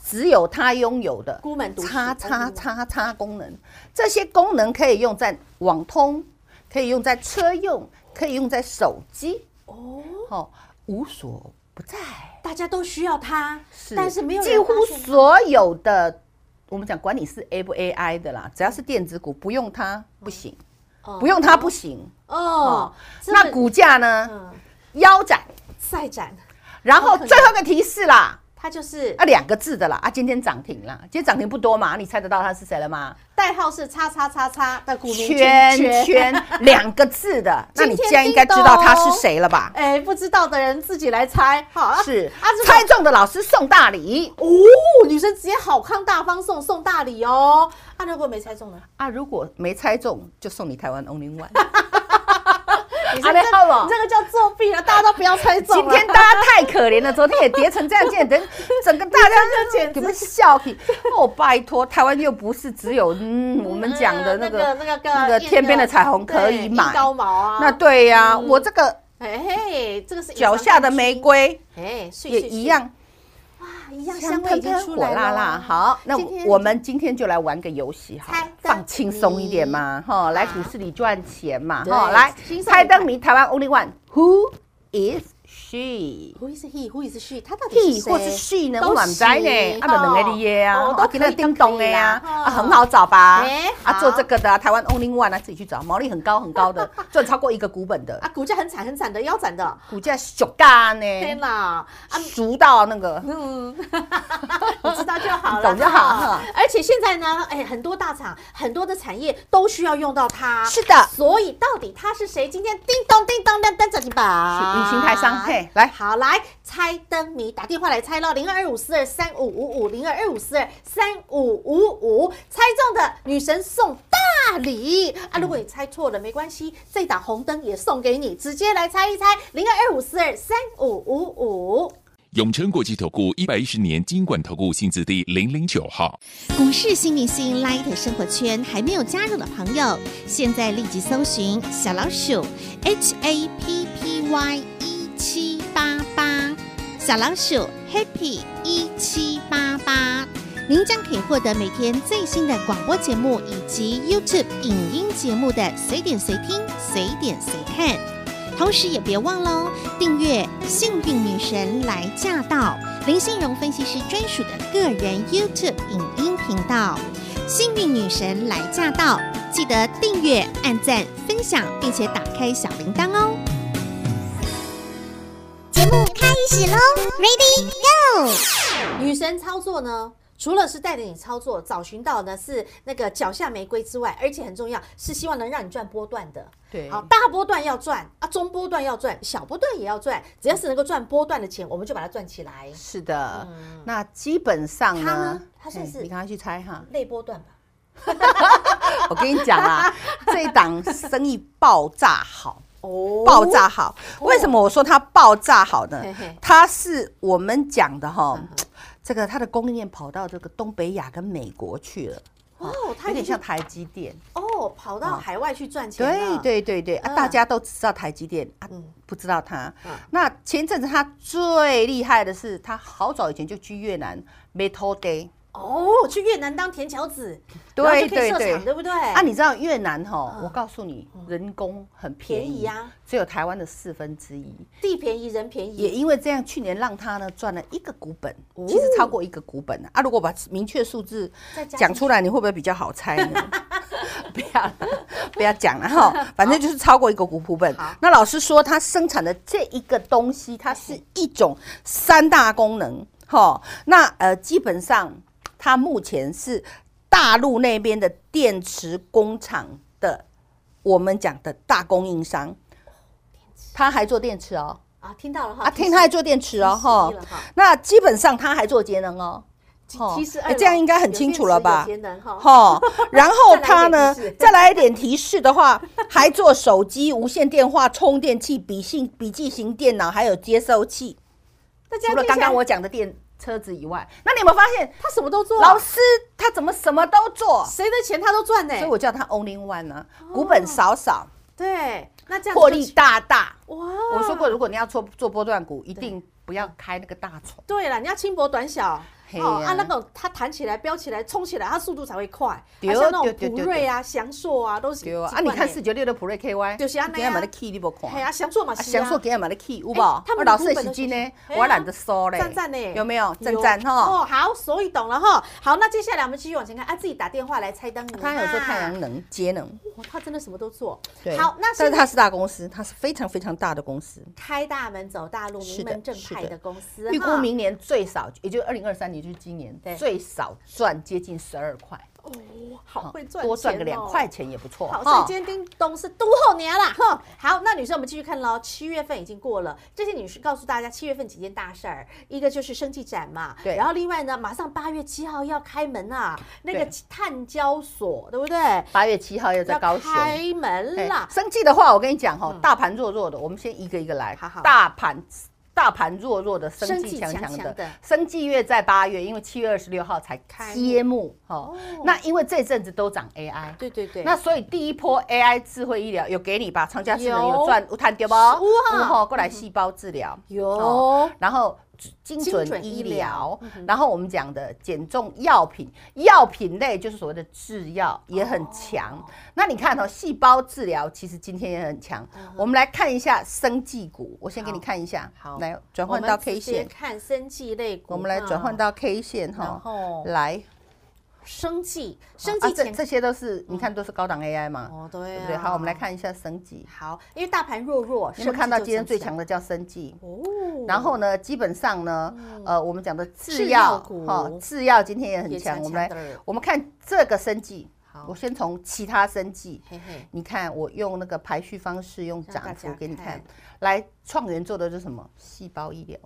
Speaker 2: 只有他拥有的
Speaker 1: 哦孤门独食哦
Speaker 2: 叉叉
Speaker 1: 孤门
Speaker 2: 叉叉功能，这些功能可以用在网通，可以用在车用，可以用在手机，
Speaker 1: 哦，
Speaker 2: 哦，无所不在。
Speaker 1: 大家都需要他，但是没有人
Speaker 2: 几乎
Speaker 1: 发现
Speaker 2: 所有的，我们讲管理是 A 不 AI 的啦，只要是电子股，不用它不行，
Speaker 1: 哦
Speaker 2: 不用它不行。
Speaker 1: 哦
Speaker 2: 哦，
Speaker 1: 这
Speaker 2: 那
Speaker 1: 个
Speaker 2: 股价呢，
Speaker 1: 嗯
Speaker 2: 腰斩。
Speaker 1: 赛展，
Speaker 2: 然后最后一个提示啦，
Speaker 1: 他就是
Speaker 2: 啊，两个字的啦，啊，今天涨停啦，今天涨停不多嘛，你猜得到它是谁了吗？
Speaker 1: 代号是叉叉叉叉的股民
Speaker 2: 圈圈两个字的，那你
Speaker 1: 今天
Speaker 2: 既然应该知道它是谁了吧？
Speaker 1: 哎，不知道的人自己来猜，好啊
Speaker 2: 是
Speaker 1: 啊，这个
Speaker 2: 猜中的老师送大礼
Speaker 1: 哦，女生直接好康大方送送大礼哦。啊，如果没猜中呢？
Speaker 2: 啊，如果没猜中就送你台湾 Only One。
Speaker 1: 你
Speaker 2: 啊你好不好
Speaker 1: 你这个叫作弊了，大家都不要猜中
Speaker 2: 今
Speaker 1: 了。
Speaker 2: 天大家太可怜了，昨天也跌成这样，今天整整个大家
Speaker 1: 这简直
Speaker 2: 你们笑 屁！哦，拜托，台湾又不是只有嗯我们讲的那个
Speaker 1: 那个个
Speaker 2: 那个天边的彩虹可以买
Speaker 1: 对，高毛啊，
Speaker 2: 那对呀、我这个
Speaker 1: 哎嘿，这个是
Speaker 2: 脚下的玫，瑰
Speaker 1: 哎，碎
Speaker 2: 也
Speaker 1: 碎
Speaker 2: 一样，
Speaker 1: 碎啊，一样
Speaker 2: 香
Speaker 1: 香味
Speaker 2: 喷
Speaker 1: 已经
Speaker 2: 喷、
Speaker 1: 出
Speaker 2: 火
Speaker 1: 来
Speaker 2: 辣辣。
Speaker 1: 了。哦
Speaker 2: 好，那
Speaker 1: 今天
Speaker 2: 我们今天就来玩个游戏哈
Speaker 1: 猜，灯
Speaker 2: 放轻松一点嘛，哈，来
Speaker 1: 好
Speaker 2: 股市里赚钱嘛，
Speaker 1: 对
Speaker 2: 哈，来
Speaker 1: 轻松
Speaker 2: 猜
Speaker 1: 一点
Speaker 2: 灯谜，台湾 only one，Who is she？
Speaker 1: Who is he? Who is she? 他到底
Speaker 2: he
Speaker 1: 是
Speaker 2: 或是
Speaker 1: 谁
Speaker 2: she 呢，
Speaker 1: 都
Speaker 2: 我满在呢
Speaker 1: 行，
Speaker 2: 啊，两个的耶啊，
Speaker 1: 哦
Speaker 2: 哦
Speaker 1: 都
Speaker 2: 啊
Speaker 1: 可以
Speaker 2: 今天叮咚的呀，
Speaker 1: 都可以啦
Speaker 2: 啊，很好找吧
Speaker 1: 哎？好
Speaker 2: 啊，做这个的啊，台湾 only one 啊，自己去找，毛利很高很 高的，赚超过一个股本的，
Speaker 1: 啊？股价很惨很惨的，腰斩的。
Speaker 2: 股价小嘎呢，
Speaker 1: 天哪！啊，
Speaker 2: 熟到那个，
Speaker 1: 嗯，你知道就好了，
Speaker 2: 懂就好
Speaker 1: 啊而且现在呢，哎，很多大厂、很多的产业都需要用到它。
Speaker 2: 是的
Speaker 1: 所以到底它是谁？今天叮咚叮咚亮灯涨停板，
Speaker 2: 是隐形台商嘿来
Speaker 1: 好来猜灯谜，打电话来猜喽，零二二五四二三五五五零二二五四二三五五五，猜中的女神送大礼啊！如果你猜错了没关系，这打红灯也送给你，直接来猜一猜，零二二五四二三五五五。
Speaker 3: 永诚国际投顾一百一十年金管投顾性质第零零九号。
Speaker 4: 股市新明星 Light 生活圈还没有加入的朋友，现在立即搜寻小老鼠 HAPPY 一七八八，小老鼠 Happy 一七八八，您将可以获得每天最新的广播节目以及 YouTube 影音节目的随点随听、随点随看。同时也别忘喽，订阅《幸运女神来驾到》林信荣分析师专属的个人 YouTube 影音频道《幸运女神来驾到》，记得订阅、按赞、分享，并且打开小铃铛哦。节目开始喽，Ready Go！
Speaker 1: 女神操作呢，除了是带着你操作，找寻到呢是那个脚下玫瑰之外，而且很重要是希望能让你赚波段的。
Speaker 2: 对
Speaker 1: 好，大波段要赚啊，中波段要赚，小波段也要赚，只要是能够赚波段的钱，我们就把它赚起来。
Speaker 2: 是的，那基本上
Speaker 1: 嗯他
Speaker 2: 呢
Speaker 1: 呢，他算
Speaker 2: 嘿
Speaker 1: 是
Speaker 2: 你刚刚去猜哈，
Speaker 1: 类波段吧，
Speaker 2: 我跟你讲 啦，这一档生意爆炸好。
Speaker 1: 哦
Speaker 2: 爆炸好。为什么我说它爆炸好呢
Speaker 1: 嘿嗯嘿？
Speaker 2: 它是我们讲的哈，这个它的供应链跑到这个东北亚跟美国去了。
Speaker 1: 哦，它已
Speaker 2: 有点
Speaker 1: 经
Speaker 2: 像台积电，
Speaker 1: 哦，跑到海外去赚钱
Speaker 2: 对
Speaker 1: 了。
Speaker 2: 对对对，啊
Speaker 1: 嗯
Speaker 2: 大家都只知道台积电啊
Speaker 1: 嗯，
Speaker 2: 不知道它
Speaker 1: 嗯。
Speaker 2: 那前阵子它最厉害的是，它好早以前就去越南 Metal Day，
Speaker 1: 哦，去越南当田乔子，
Speaker 2: 对
Speaker 1: 然后就可以
Speaker 2: 对
Speaker 1: 设
Speaker 2: 对
Speaker 1: 厂，对不对？
Speaker 2: 啊，你知道越南哈
Speaker 1: 嗯？
Speaker 2: 我告诉你，人工很便
Speaker 1: 便宜
Speaker 2: 宜
Speaker 1: 啊，
Speaker 2: 只有台湾的四分之一。
Speaker 1: 地便宜人便
Speaker 2: 也
Speaker 1: 宜，
Speaker 2: 因为这样，去年让他呢赚了一个股本，其实超过一个股本啊。啊如果把明确数字
Speaker 1: 哦再加
Speaker 2: 讲出来，你会不会比较好猜呢？ 不要了，不要讲 了哈，反正就是超过一个股本
Speaker 1: 好。
Speaker 2: 那老师说，他生产的这一个东西，它是一种三大功能哈。那呃，基本上它目前是大陆那边的电池工厂的，我们讲的大供应商，他还做电池哦。
Speaker 1: 啊，听到了哈
Speaker 2: 啊，听他还做电池哦，哈
Speaker 1: 提示了哈。
Speaker 2: 那基本上他还做节能哦。
Speaker 1: 其
Speaker 2: 哦
Speaker 1: 其实
Speaker 2: 哎
Speaker 1: 二
Speaker 2: 这样应该很清楚了吧
Speaker 1: 有电池有节能哈，
Speaker 2: 哈，然后它呢
Speaker 1: 再
Speaker 2: 再来一点提示的话，还做手机、无线电话、充电器、笔信、笔记型电脑，还有接收器。
Speaker 1: 那这
Speaker 2: 除
Speaker 1: 样
Speaker 2: 了
Speaker 1: 听
Speaker 2: 刚
Speaker 1: 起
Speaker 2: 刚
Speaker 1: 来
Speaker 2: 我讲的电车子以外，那你有没有发现
Speaker 1: 他什么都做，啊
Speaker 2: 老师他怎么什么都做？
Speaker 1: 谁的钱他都赚呢
Speaker 2: 所以？我叫他 Only One 呢、股本少少，
Speaker 1: 对，那哦这样子
Speaker 2: 获
Speaker 1: 就哦
Speaker 2: 利大大。
Speaker 1: 哇，
Speaker 2: 我说过，如果你要做做波段股，一定不要开那个大船。
Speaker 1: 对了，你要轻薄短小。
Speaker 2: 嘿
Speaker 1: 哦
Speaker 2: 呀
Speaker 1: 啊，那种它弹起来、飙起来、冲起来，它速度才会快。
Speaker 2: 对
Speaker 1: 而像那
Speaker 2: 对
Speaker 1: 种
Speaker 2: 对
Speaker 1: 普
Speaker 2: 对
Speaker 1: 瑞
Speaker 2: 对
Speaker 1: 啊、翔硕啊，都是
Speaker 2: 对啊，
Speaker 1: 习
Speaker 2: 啊你
Speaker 1: 惯
Speaker 2: 看
Speaker 1: 的
Speaker 2: 四九六的普瑞 KY，
Speaker 1: 就是这样啊
Speaker 2: 你今天买的 key 你不看？
Speaker 1: 嘿啊，翔硕嘛
Speaker 2: 啊，
Speaker 1: 是啊，
Speaker 2: 想说给他买的 key 有无？
Speaker 1: 哎
Speaker 2: 我
Speaker 1: 他们
Speaker 2: 老
Speaker 1: 的
Speaker 2: 师
Speaker 1: 股本
Speaker 2: 是
Speaker 1: 都
Speaker 2: 真
Speaker 1: 是
Speaker 2: 呢，
Speaker 1: 嘿啊
Speaker 2: 我懒得收嘞。
Speaker 1: 赞赞呢，
Speaker 2: 有没有？赞
Speaker 1: 有
Speaker 2: 赞哈。
Speaker 1: 哦，好，所以懂了哈。好，那接下来我们继续往前看啊，自己打电话来猜灯谜啊。
Speaker 2: 他还有做太阳能、节能，
Speaker 1: 哇，他真的什么都做。
Speaker 2: 对。
Speaker 1: 好，那
Speaker 2: 但
Speaker 1: 现
Speaker 2: 是
Speaker 1: 在
Speaker 2: 它是大公司，它是非常非常大的公司，
Speaker 1: 开大门走大路，
Speaker 2: 是
Speaker 1: 名
Speaker 2: 的
Speaker 1: 门正
Speaker 2: 是
Speaker 1: 派
Speaker 2: 的
Speaker 1: 的公司。
Speaker 2: 预估
Speaker 1: 哈
Speaker 2: 明年最少，也就二零二三年，就是今年
Speaker 1: 对
Speaker 2: 最少赚接近十二块，
Speaker 1: 哦，好会赚钱哦，
Speaker 2: 多赚个两块钱也不错。
Speaker 1: 好，所以
Speaker 2: 哈
Speaker 1: 今天叮咚是都后年啦，哼。好，那女生我们继续看喽。七月份已经过了，这些女士告诉大家七月份几件大事儿，一个就是生技展嘛，
Speaker 2: 对
Speaker 1: 然后另外呢，马上八月七号要开门啊，那个
Speaker 2: 对
Speaker 1: 碳交所，对不对？
Speaker 2: 八月七号要在
Speaker 1: 要
Speaker 2: 高雄。
Speaker 1: 开门啦
Speaker 2: 哎，生气的话，我跟你讲哈，大盘弱弱的，我们先一个一个来。
Speaker 1: 好好
Speaker 2: 大盘大盘弱弱的，
Speaker 1: 生
Speaker 2: 生
Speaker 1: 技
Speaker 2: 气强
Speaker 1: 强
Speaker 2: 强
Speaker 1: 强的
Speaker 2: 的，生技月在八月，因为七月二十六号才
Speaker 1: 开幕
Speaker 2: 揭幕哈
Speaker 1: 哦。
Speaker 2: 那因为这阵子都涨 AI。
Speaker 1: 对对对，
Speaker 2: 那所以第一波 AI 智慧医疗有给你吧？长嘉智能
Speaker 1: 有
Speaker 2: 有赚有探对不？
Speaker 1: 有啊
Speaker 2: 哈，过来细胞治疗
Speaker 1: 有
Speaker 2: 哦然后精
Speaker 1: 精
Speaker 2: 准
Speaker 1: 准医
Speaker 2: 医
Speaker 1: 疗嗯
Speaker 2: 疗，然后我们讲的减重药品，药品类就是所谓的制药也很强。那你看哦，细胞治疗其实今天也很强。
Speaker 1: 嗯
Speaker 2: 我们来看一下生技股，我先给你看一下，
Speaker 1: 好
Speaker 2: 来转
Speaker 1: 我
Speaker 2: 换
Speaker 1: 们
Speaker 2: 到
Speaker 1: 直
Speaker 2: K
Speaker 1: 接
Speaker 2: 线，
Speaker 1: 看生技类股，
Speaker 2: 我们来转换
Speaker 1: 到
Speaker 2: 到 K 线
Speaker 1: 然
Speaker 2: 哈，
Speaker 1: 后
Speaker 2: 来，
Speaker 1: 生技，生
Speaker 2: 啊
Speaker 1: 技
Speaker 2: 这
Speaker 1: 前嗯
Speaker 2: 这些都是你看都是高档 AI 嘛，
Speaker 1: 哦，对
Speaker 2: 对
Speaker 1: 啊
Speaker 2: 不对？好，我们来看一下生技。
Speaker 1: 好，因为大盘弱弱，
Speaker 2: 你有没有看到今天最强
Speaker 1: 的
Speaker 2: 的叫生技？
Speaker 1: 哦？
Speaker 2: 然后呢，基本上呢，呃，我们讲的
Speaker 1: 嗯制
Speaker 2: 制
Speaker 1: 药
Speaker 2: 药
Speaker 1: 股，
Speaker 2: 哦制药今天也
Speaker 1: 也
Speaker 2: 很
Speaker 1: 强
Speaker 2: 强。我们
Speaker 1: 强
Speaker 2: 来
Speaker 1: 的，
Speaker 2: 我们看这个生技
Speaker 1: 好，
Speaker 2: 我先从其他生技，
Speaker 1: 嘿嘿，
Speaker 2: 你看我用那个排序方式，用涨幅给你
Speaker 1: 让大
Speaker 2: 看
Speaker 1: 家。
Speaker 2: 来，创元做的就是什么？细胞医疗。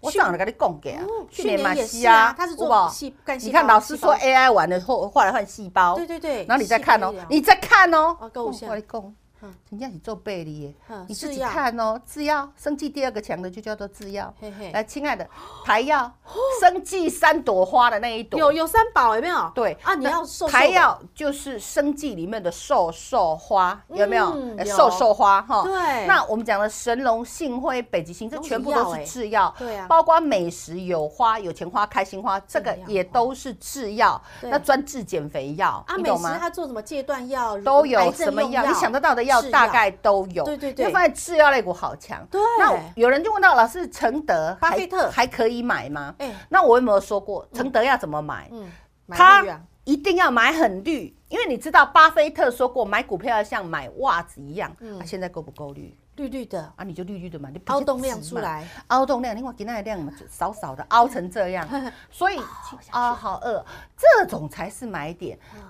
Speaker 2: 我
Speaker 1: 去
Speaker 2: 上了跟你供给啊
Speaker 1: 哦，
Speaker 2: 嘛
Speaker 1: 也
Speaker 2: 是
Speaker 1: 是啊他是
Speaker 2: 有
Speaker 1: 做
Speaker 2: 没有
Speaker 1: 细干细
Speaker 2: 你看
Speaker 1: 胞
Speaker 2: 老师
Speaker 1: 细胞
Speaker 2: 说哎 AI 完了后，后来换细胞，
Speaker 1: 对对对，啊
Speaker 2: 然后你再看
Speaker 1: 细
Speaker 2: 哦
Speaker 1: 胞医疗，
Speaker 2: 你再看哦，
Speaker 1: 哦够
Speaker 2: 哦
Speaker 1: 像
Speaker 2: 我跟你讲
Speaker 1: 嗯，
Speaker 2: 人家是做背离耶
Speaker 1: 嗯，
Speaker 2: 你自
Speaker 1: 制
Speaker 2: 己
Speaker 1: 药
Speaker 2: 看哦。制药，生技第二个强的就叫做制药
Speaker 1: 嘿嘿。
Speaker 2: 来，亲爱的，台药，生技三朵花的那一朵，
Speaker 1: 有有三宝有没有？
Speaker 2: 对
Speaker 1: 啊，你
Speaker 2: 那
Speaker 1: 要瘦瘦的
Speaker 2: 台药就是生技里面的瘦瘦花，有没有
Speaker 1: 嗯？
Speaker 2: 呃
Speaker 1: 有
Speaker 2: 瘦瘦花哈。
Speaker 1: 对
Speaker 2: 那我们讲的神农、杏辉、北极星，这
Speaker 1: 都是
Speaker 2: 全部
Speaker 1: 药
Speaker 2: 都
Speaker 1: 哎
Speaker 2: 是制药。
Speaker 1: 对啊
Speaker 2: 包括美食有花、有钱花、开心花，这个
Speaker 1: 制药
Speaker 2: 也
Speaker 1: 花
Speaker 2: 都是制药。
Speaker 1: 对
Speaker 2: 那专治减肥药
Speaker 1: 啊，，
Speaker 2: 你
Speaker 1: 美
Speaker 2: 懂
Speaker 1: 食
Speaker 2: 吗？
Speaker 1: 它做什么戒断药
Speaker 2: 都
Speaker 1: 癌
Speaker 2: 有
Speaker 1: 症
Speaker 2: 什么
Speaker 1: 用
Speaker 2: 药？你想得到的药
Speaker 1: 是啊
Speaker 2: 大概都有。
Speaker 1: 对对对
Speaker 2: 你会发现制药类股好强。
Speaker 1: 对
Speaker 2: 那有人就问到老师，承德、
Speaker 1: 巴
Speaker 2: 还
Speaker 1: 菲特
Speaker 2: 还可以买吗？
Speaker 1: 哎
Speaker 2: 那我有没有说过承德要怎么买？
Speaker 1: 嗯，买绿
Speaker 2: 他
Speaker 1: 啊
Speaker 2: 一定要买很绿，因为你知道巴菲特说过，买股票要像买袜子一样。那现在够不够绿？
Speaker 1: 绿绿的，
Speaker 2: 啊，你就绿绿的嘛，你
Speaker 1: 嗯
Speaker 2: 不
Speaker 1: 凹
Speaker 2: 就
Speaker 1: 洞
Speaker 2: 直
Speaker 1: 亮出
Speaker 2: 嘛
Speaker 1: 来，
Speaker 2: 凹洞亮，另外给那亮嘛，就少少的凹成这样， 所以啊，好饿，这种才是买点，
Speaker 1: 嗯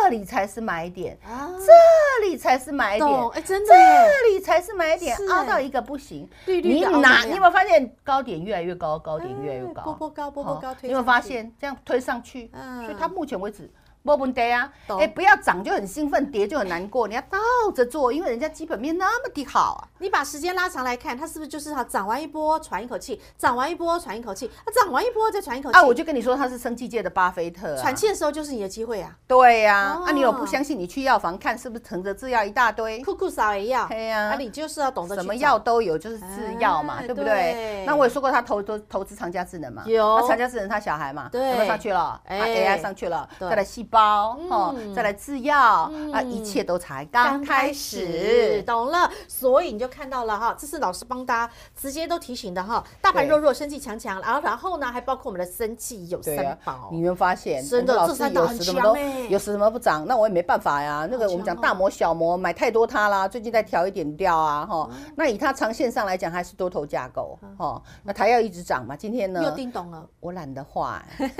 Speaker 2: 这里才是买点，
Speaker 1: 啊
Speaker 2: 这里才是买点
Speaker 1: 懂，哎，真的耶，
Speaker 2: 这里才是买点
Speaker 1: 是，
Speaker 2: 凹到
Speaker 1: 哎
Speaker 2: 一个不行。
Speaker 1: 绿绿
Speaker 2: 你
Speaker 1: 的凹洞
Speaker 2: 哪？
Speaker 1: 亮
Speaker 2: 你有没有发现高点越来越高，高点越来越
Speaker 1: 哎
Speaker 2: 高，
Speaker 1: 波波高波波高
Speaker 2: 好
Speaker 1: 推
Speaker 2: 你有没有
Speaker 1: 上
Speaker 2: 发
Speaker 1: 去
Speaker 2: 现这样推上去？
Speaker 1: 嗯
Speaker 2: 所以它目前为止。没问题啊，
Speaker 1: 懂
Speaker 2: 哎，不要涨就很兴奋，跌就很难过，你要倒着做，因为人家基本面那么的好啊。
Speaker 1: 你把时间拉长来看，它是不是就是好涨完一波喘一口气，涨完一波喘一口气，啊，涨完一波再喘一口气，
Speaker 2: 啊，我就跟你说他是生技界的巴菲特、啊，
Speaker 1: 哦喘气的时候就是你的机会啊，
Speaker 2: 对呀、
Speaker 1: 哦
Speaker 2: 啊，你有不相信？你去药房看是不是盛着制药一大堆？
Speaker 1: 酷酷少也要，
Speaker 2: 嘿呀
Speaker 1: 啊，你就是要懂得
Speaker 2: 什
Speaker 1: 去
Speaker 2: 么
Speaker 1: 找
Speaker 2: 药都有，就是制药嘛，
Speaker 1: 哎
Speaker 2: 对不
Speaker 1: 对
Speaker 2: 对？那我也说过，他投投投资长家智能嘛，
Speaker 1: 有
Speaker 2: 那长家智能他小孩嘛，
Speaker 1: 对
Speaker 2: 有没有上去了？
Speaker 1: 哎
Speaker 2: 啊，AI 上去了，
Speaker 1: 对
Speaker 2: 再来细胞，哦，再来制药，啊，
Speaker 1: 嗯
Speaker 2: 一切都才刚开始。
Speaker 1: 懂了，所以你就看到了哈，这是老师帮大家直接都提醒的哈，大盘
Speaker 2: 对
Speaker 1: 弱弱，生气强强，然后然后呢，还包括我们的生气有
Speaker 2: 对
Speaker 1: 三
Speaker 2: 啊
Speaker 1: 宝，
Speaker 2: 你有没有发现？
Speaker 1: 真的
Speaker 2: 我
Speaker 1: 这
Speaker 2: 们
Speaker 1: 三
Speaker 2: 老
Speaker 1: 档
Speaker 2: 师有
Speaker 1: 很
Speaker 2: 时什么
Speaker 1: 强
Speaker 2: 都
Speaker 1: 欸
Speaker 2: 有时什么不涨，那我也没办法呀。那
Speaker 1: 好
Speaker 2: 个我们
Speaker 1: 强
Speaker 2: 讲
Speaker 1: 哦
Speaker 2: 大摩小摩买太多它啦，最近再调一点掉啊，哈。
Speaker 1: 嗯
Speaker 2: 那以它长线上来讲，还是多头架构，哈。那台要一直涨嘛，今天
Speaker 1: 又
Speaker 2: 呢？
Speaker 1: 叮咚了，啊
Speaker 2: 我懒得画欸，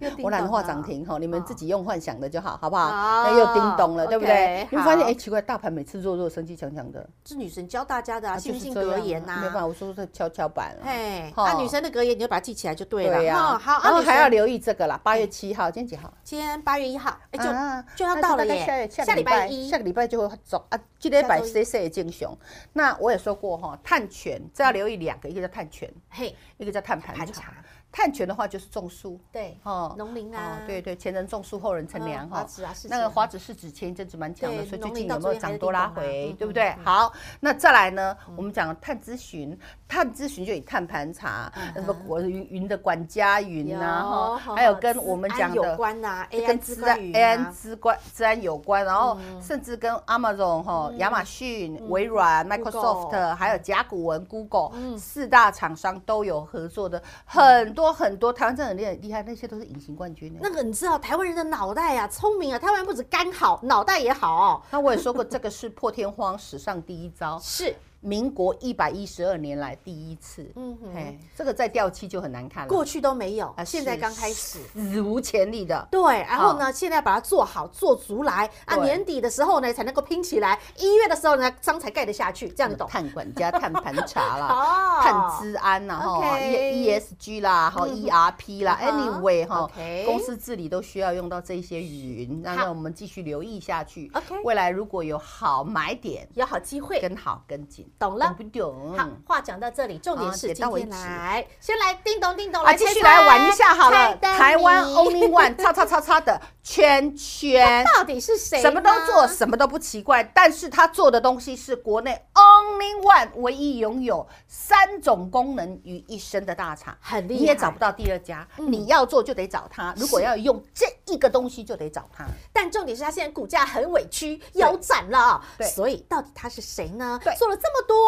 Speaker 1: 又叮
Speaker 2: 我懒得
Speaker 1: 咚啊
Speaker 2: 画
Speaker 1: 了
Speaker 2: 涨停哈，你们自己用幻想的就好，好不好？
Speaker 1: 好
Speaker 2: 那又叮咚了，对不对
Speaker 1: OK，？
Speaker 2: 你会发现，
Speaker 1: 好
Speaker 2: 哎，奇怪，大盘每次弱弱、生气强强的，
Speaker 1: 是女神教大家的啊，
Speaker 2: 啊
Speaker 1: 信不信
Speaker 2: 就是这
Speaker 1: 格
Speaker 2: 样啊
Speaker 1: 言
Speaker 2: 没办
Speaker 1: 呐？
Speaker 2: 法，我说是跷跷板了。
Speaker 1: 嘿，
Speaker 2: 哈
Speaker 1: 啊，女神的格言你就把它记起来就对了。
Speaker 2: 对呀、
Speaker 1: 哈好，啊
Speaker 2: 然后
Speaker 1: 女
Speaker 2: 还要
Speaker 1: 神
Speaker 2: 留意这个啦，八月七号，今天几号？
Speaker 1: 今天八月一号，哎，
Speaker 2: 啊
Speaker 1: 就就
Speaker 2: 那
Speaker 1: 要到了
Speaker 2: 大概
Speaker 1: 耶，下
Speaker 2: 下下
Speaker 1: 礼
Speaker 2: 礼
Speaker 1: 拜
Speaker 2: 拜
Speaker 1: 一
Speaker 2: 下，个礼拜就会走啊，今天
Speaker 1: 下
Speaker 2: 摆
Speaker 1: 周一
Speaker 2: C C 的金熊。那我也说过哈，碳权这要留意两个，一个叫碳权，
Speaker 1: 嘿，
Speaker 2: 一个叫碳盘
Speaker 1: 盘
Speaker 2: 查
Speaker 1: 查。
Speaker 2: 碳权的话就是种树，
Speaker 1: 对，
Speaker 2: 哦
Speaker 1: 农民啊
Speaker 2: 哦对对，前人种树，后人乘凉
Speaker 1: 嗯
Speaker 2: 哈
Speaker 1: 华子啊世。
Speaker 2: 那
Speaker 1: 子
Speaker 2: 个
Speaker 1: 啊
Speaker 2: 华子是指前一阵子蛮强的，
Speaker 1: 对
Speaker 2: 所以最
Speaker 1: 农
Speaker 2: 近
Speaker 1: 民
Speaker 2: 有
Speaker 1: 到
Speaker 2: 没
Speaker 1: 最后
Speaker 2: 有
Speaker 1: 还
Speaker 2: 涨
Speaker 1: 是
Speaker 2: 多拉
Speaker 1: 叮咚啊
Speaker 2: 回
Speaker 1: 嗯，
Speaker 2: 对不对？好，那再来呢，我们讲碳咨询，碳咨询就以碳盘查，什么国云云的管家云啊，
Speaker 1: 嗯有
Speaker 2: 哈，还有
Speaker 1: 哈
Speaker 2: 跟
Speaker 1: 治
Speaker 2: 我们
Speaker 1: 安
Speaker 2: 讲
Speaker 1: 有
Speaker 2: 的
Speaker 1: 关呐
Speaker 2: 就
Speaker 1: ，AI
Speaker 2: 跟
Speaker 1: 之
Speaker 2: 治
Speaker 1: 关
Speaker 2: 安、
Speaker 1: 语
Speaker 2: A
Speaker 1: 言
Speaker 2: N
Speaker 1: 啊嗯
Speaker 2: 之关治安有关，然后甚至跟 Amazon 哈、亚马逊、微软、Microsoft，
Speaker 1: Google，嗯
Speaker 2: 还有甲骨文、Google、四大厂商都有合作的，很多很多，台湾真的很厉害厉害，那些都是隐形冠军呢。
Speaker 1: 那个你知道台湾人的脑袋啊，聪明啊，台湾人不止肝好，脑袋也好，哦
Speaker 2: 那我也说过，这个是破天荒史上第一 招，
Speaker 1: 是
Speaker 2: 民国一百一十二年来第一次。
Speaker 1: 嗯
Speaker 2: 嗯
Speaker 1: 哼
Speaker 2: 嘿，这个再掉漆就很难看了，
Speaker 1: 过去都没有
Speaker 2: 啊，
Speaker 1: 现
Speaker 2: 是
Speaker 1: 在刚开始。
Speaker 2: 史无前例的。
Speaker 1: 对，然后呢，现在把它做好做足来啊，
Speaker 2: 对
Speaker 1: 年底的时候呢才能够拼起来，一月的时候呢章才盖得下去，这样你懂？
Speaker 2: 碳管家、碳盘 查
Speaker 1: 哦
Speaker 2: 啦、碳治安啦、哈
Speaker 1: OK
Speaker 2: E S G 啦、哈 E R P 啦
Speaker 1: 嗯哼
Speaker 2: ，anyway 哈
Speaker 1: OK，
Speaker 2: 公司治理都需要用到这些云，那
Speaker 1: 好
Speaker 2: 让我们继续留意下去。
Speaker 1: OK
Speaker 2: 未来如果有好买点，
Speaker 1: 有好机会。
Speaker 2: 跟好跟紧，
Speaker 1: 懂了
Speaker 2: 懂不懂？
Speaker 1: 好，话讲到这里，重点
Speaker 2: 啊
Speaker 1: 是
Speaker 2: 点
Speaker 1: 今
Speaker 2: 到为
Speaker 1: 天
Speaker 2: 止
Speaker 1: 来，先来叮咚叮咚
Speaker 2: 啊，
Speaker 1: 来
Speaker 2: 继
Speaker 1: 猜
Speaker 2: 续
Speaker 1: 猜
Speaker 2: 来玩一下好
Speaker 1: 猜
Speaker 2: 了，
Speaker 1: 灯
Speaker 2: 台湾
Speaker 1: 谜
Speaker 2: Only One 叉叉叉叉的圈圈。
Speaker 1: 到底是 谁呢？
Speaker 2: 什么都做，什么都不奇怪。但是他做的东西是国内 only one 唯一拥有三种功能于一身的大厂，
Speaker 1: 很厉害嗯
Speaker 2: 你也找不到第二家。你要做就得找他，如果要用这一个东西就得找 他。
Speaker 1: 但重点是他现在股价很委屈，腰斩了。
Speaker 2: 对
Speaker 1: 所以到底他是谁呢
Speaker 2: 对？
Speaker 1: 做了这么多，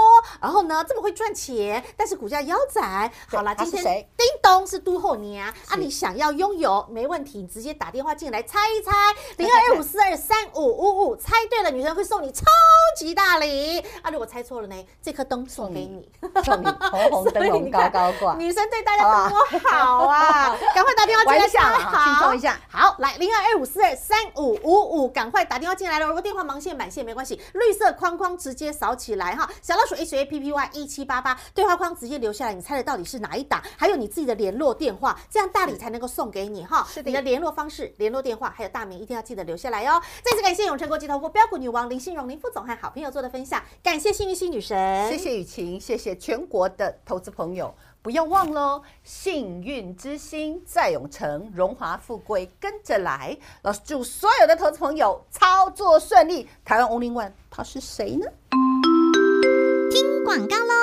Speaker 1: 然后呢这么会赚钱，但是股价腰斩。
Speaker 2: 对
Speaker 1: 好啦，
Speaker 2: 他
Speaker 1: 今
Speaker 2: 是
Speaker 1: 天
Speaker 2: 谁
Speaker 1: 叮咚是都后娘啊，
Speaker 2: 是
Speaker 1: 你想要拥有没问题，你直接打电话进来猜 一猜，零二二五四二三五五五，猜对了，女人会送你超级大礼啊！如果猜错了呢，这颗灯送给你。
Speaker 2: 送你红红灯
Speaker 1: 所以你
Speaker 2: 笼
Speaker 1: 看
Speaker 2: 高高挂，
Speaker 1: 女生对大家多好啊！赶快打电话进来
Speaker 2: 玩一下啊
Speaker 1: 猜好
Speaker 2: 轻松一下
Speaker 1: 好，来零二二五四二三五五五，赶快打电话进来了。如果电话忙线满线没关系，绿色框框直接扫起来哈。小老鼠 H A P P Y 一七八八，对话框直接留下来，你猜的到底是哪一档？还有你自己的联络电话，这样大礼才能够送给你哈。
Speaker 2: 是的
Speaker 1: 你的联络方式、联络电话还有大名一定要记得留下来哟。再次感谢永诚国际投顾标股女王林信荣林副总和好朋友做的分享，感谢幸运星女神，
Speaker 2: 谢谢雨晴，谢谢全国的投资朋友，不要忘喽！幸运之星在永城，荣华富贵跟着来。老师祝所有的投资朋友操作顺利。台湾 Only One 他是谁呢？
Speaker 4: 广告喽。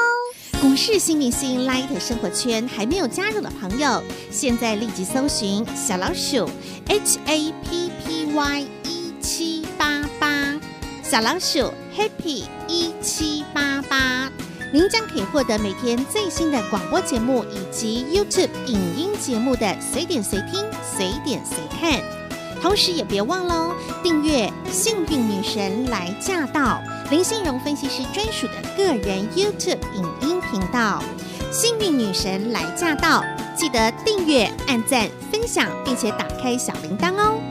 Speaker 4: 股市新明星 Light 生活圈还没有加入的朋友，现在立即搜寻小老鼠 HAPPY 一七八八，小老鼠 Happy 一七八八，您将可以获得每天最新的广播节目以及 YouTube 影音节目的随点随听、随点随看。同时也别忘哦喽，订阅《幸运女神来驾到》林信荣分析师专属的个人 YouTube 影音频道《幸运女神来驾到》，记得订阅、按赞、分享，并且打开小铃铛哦。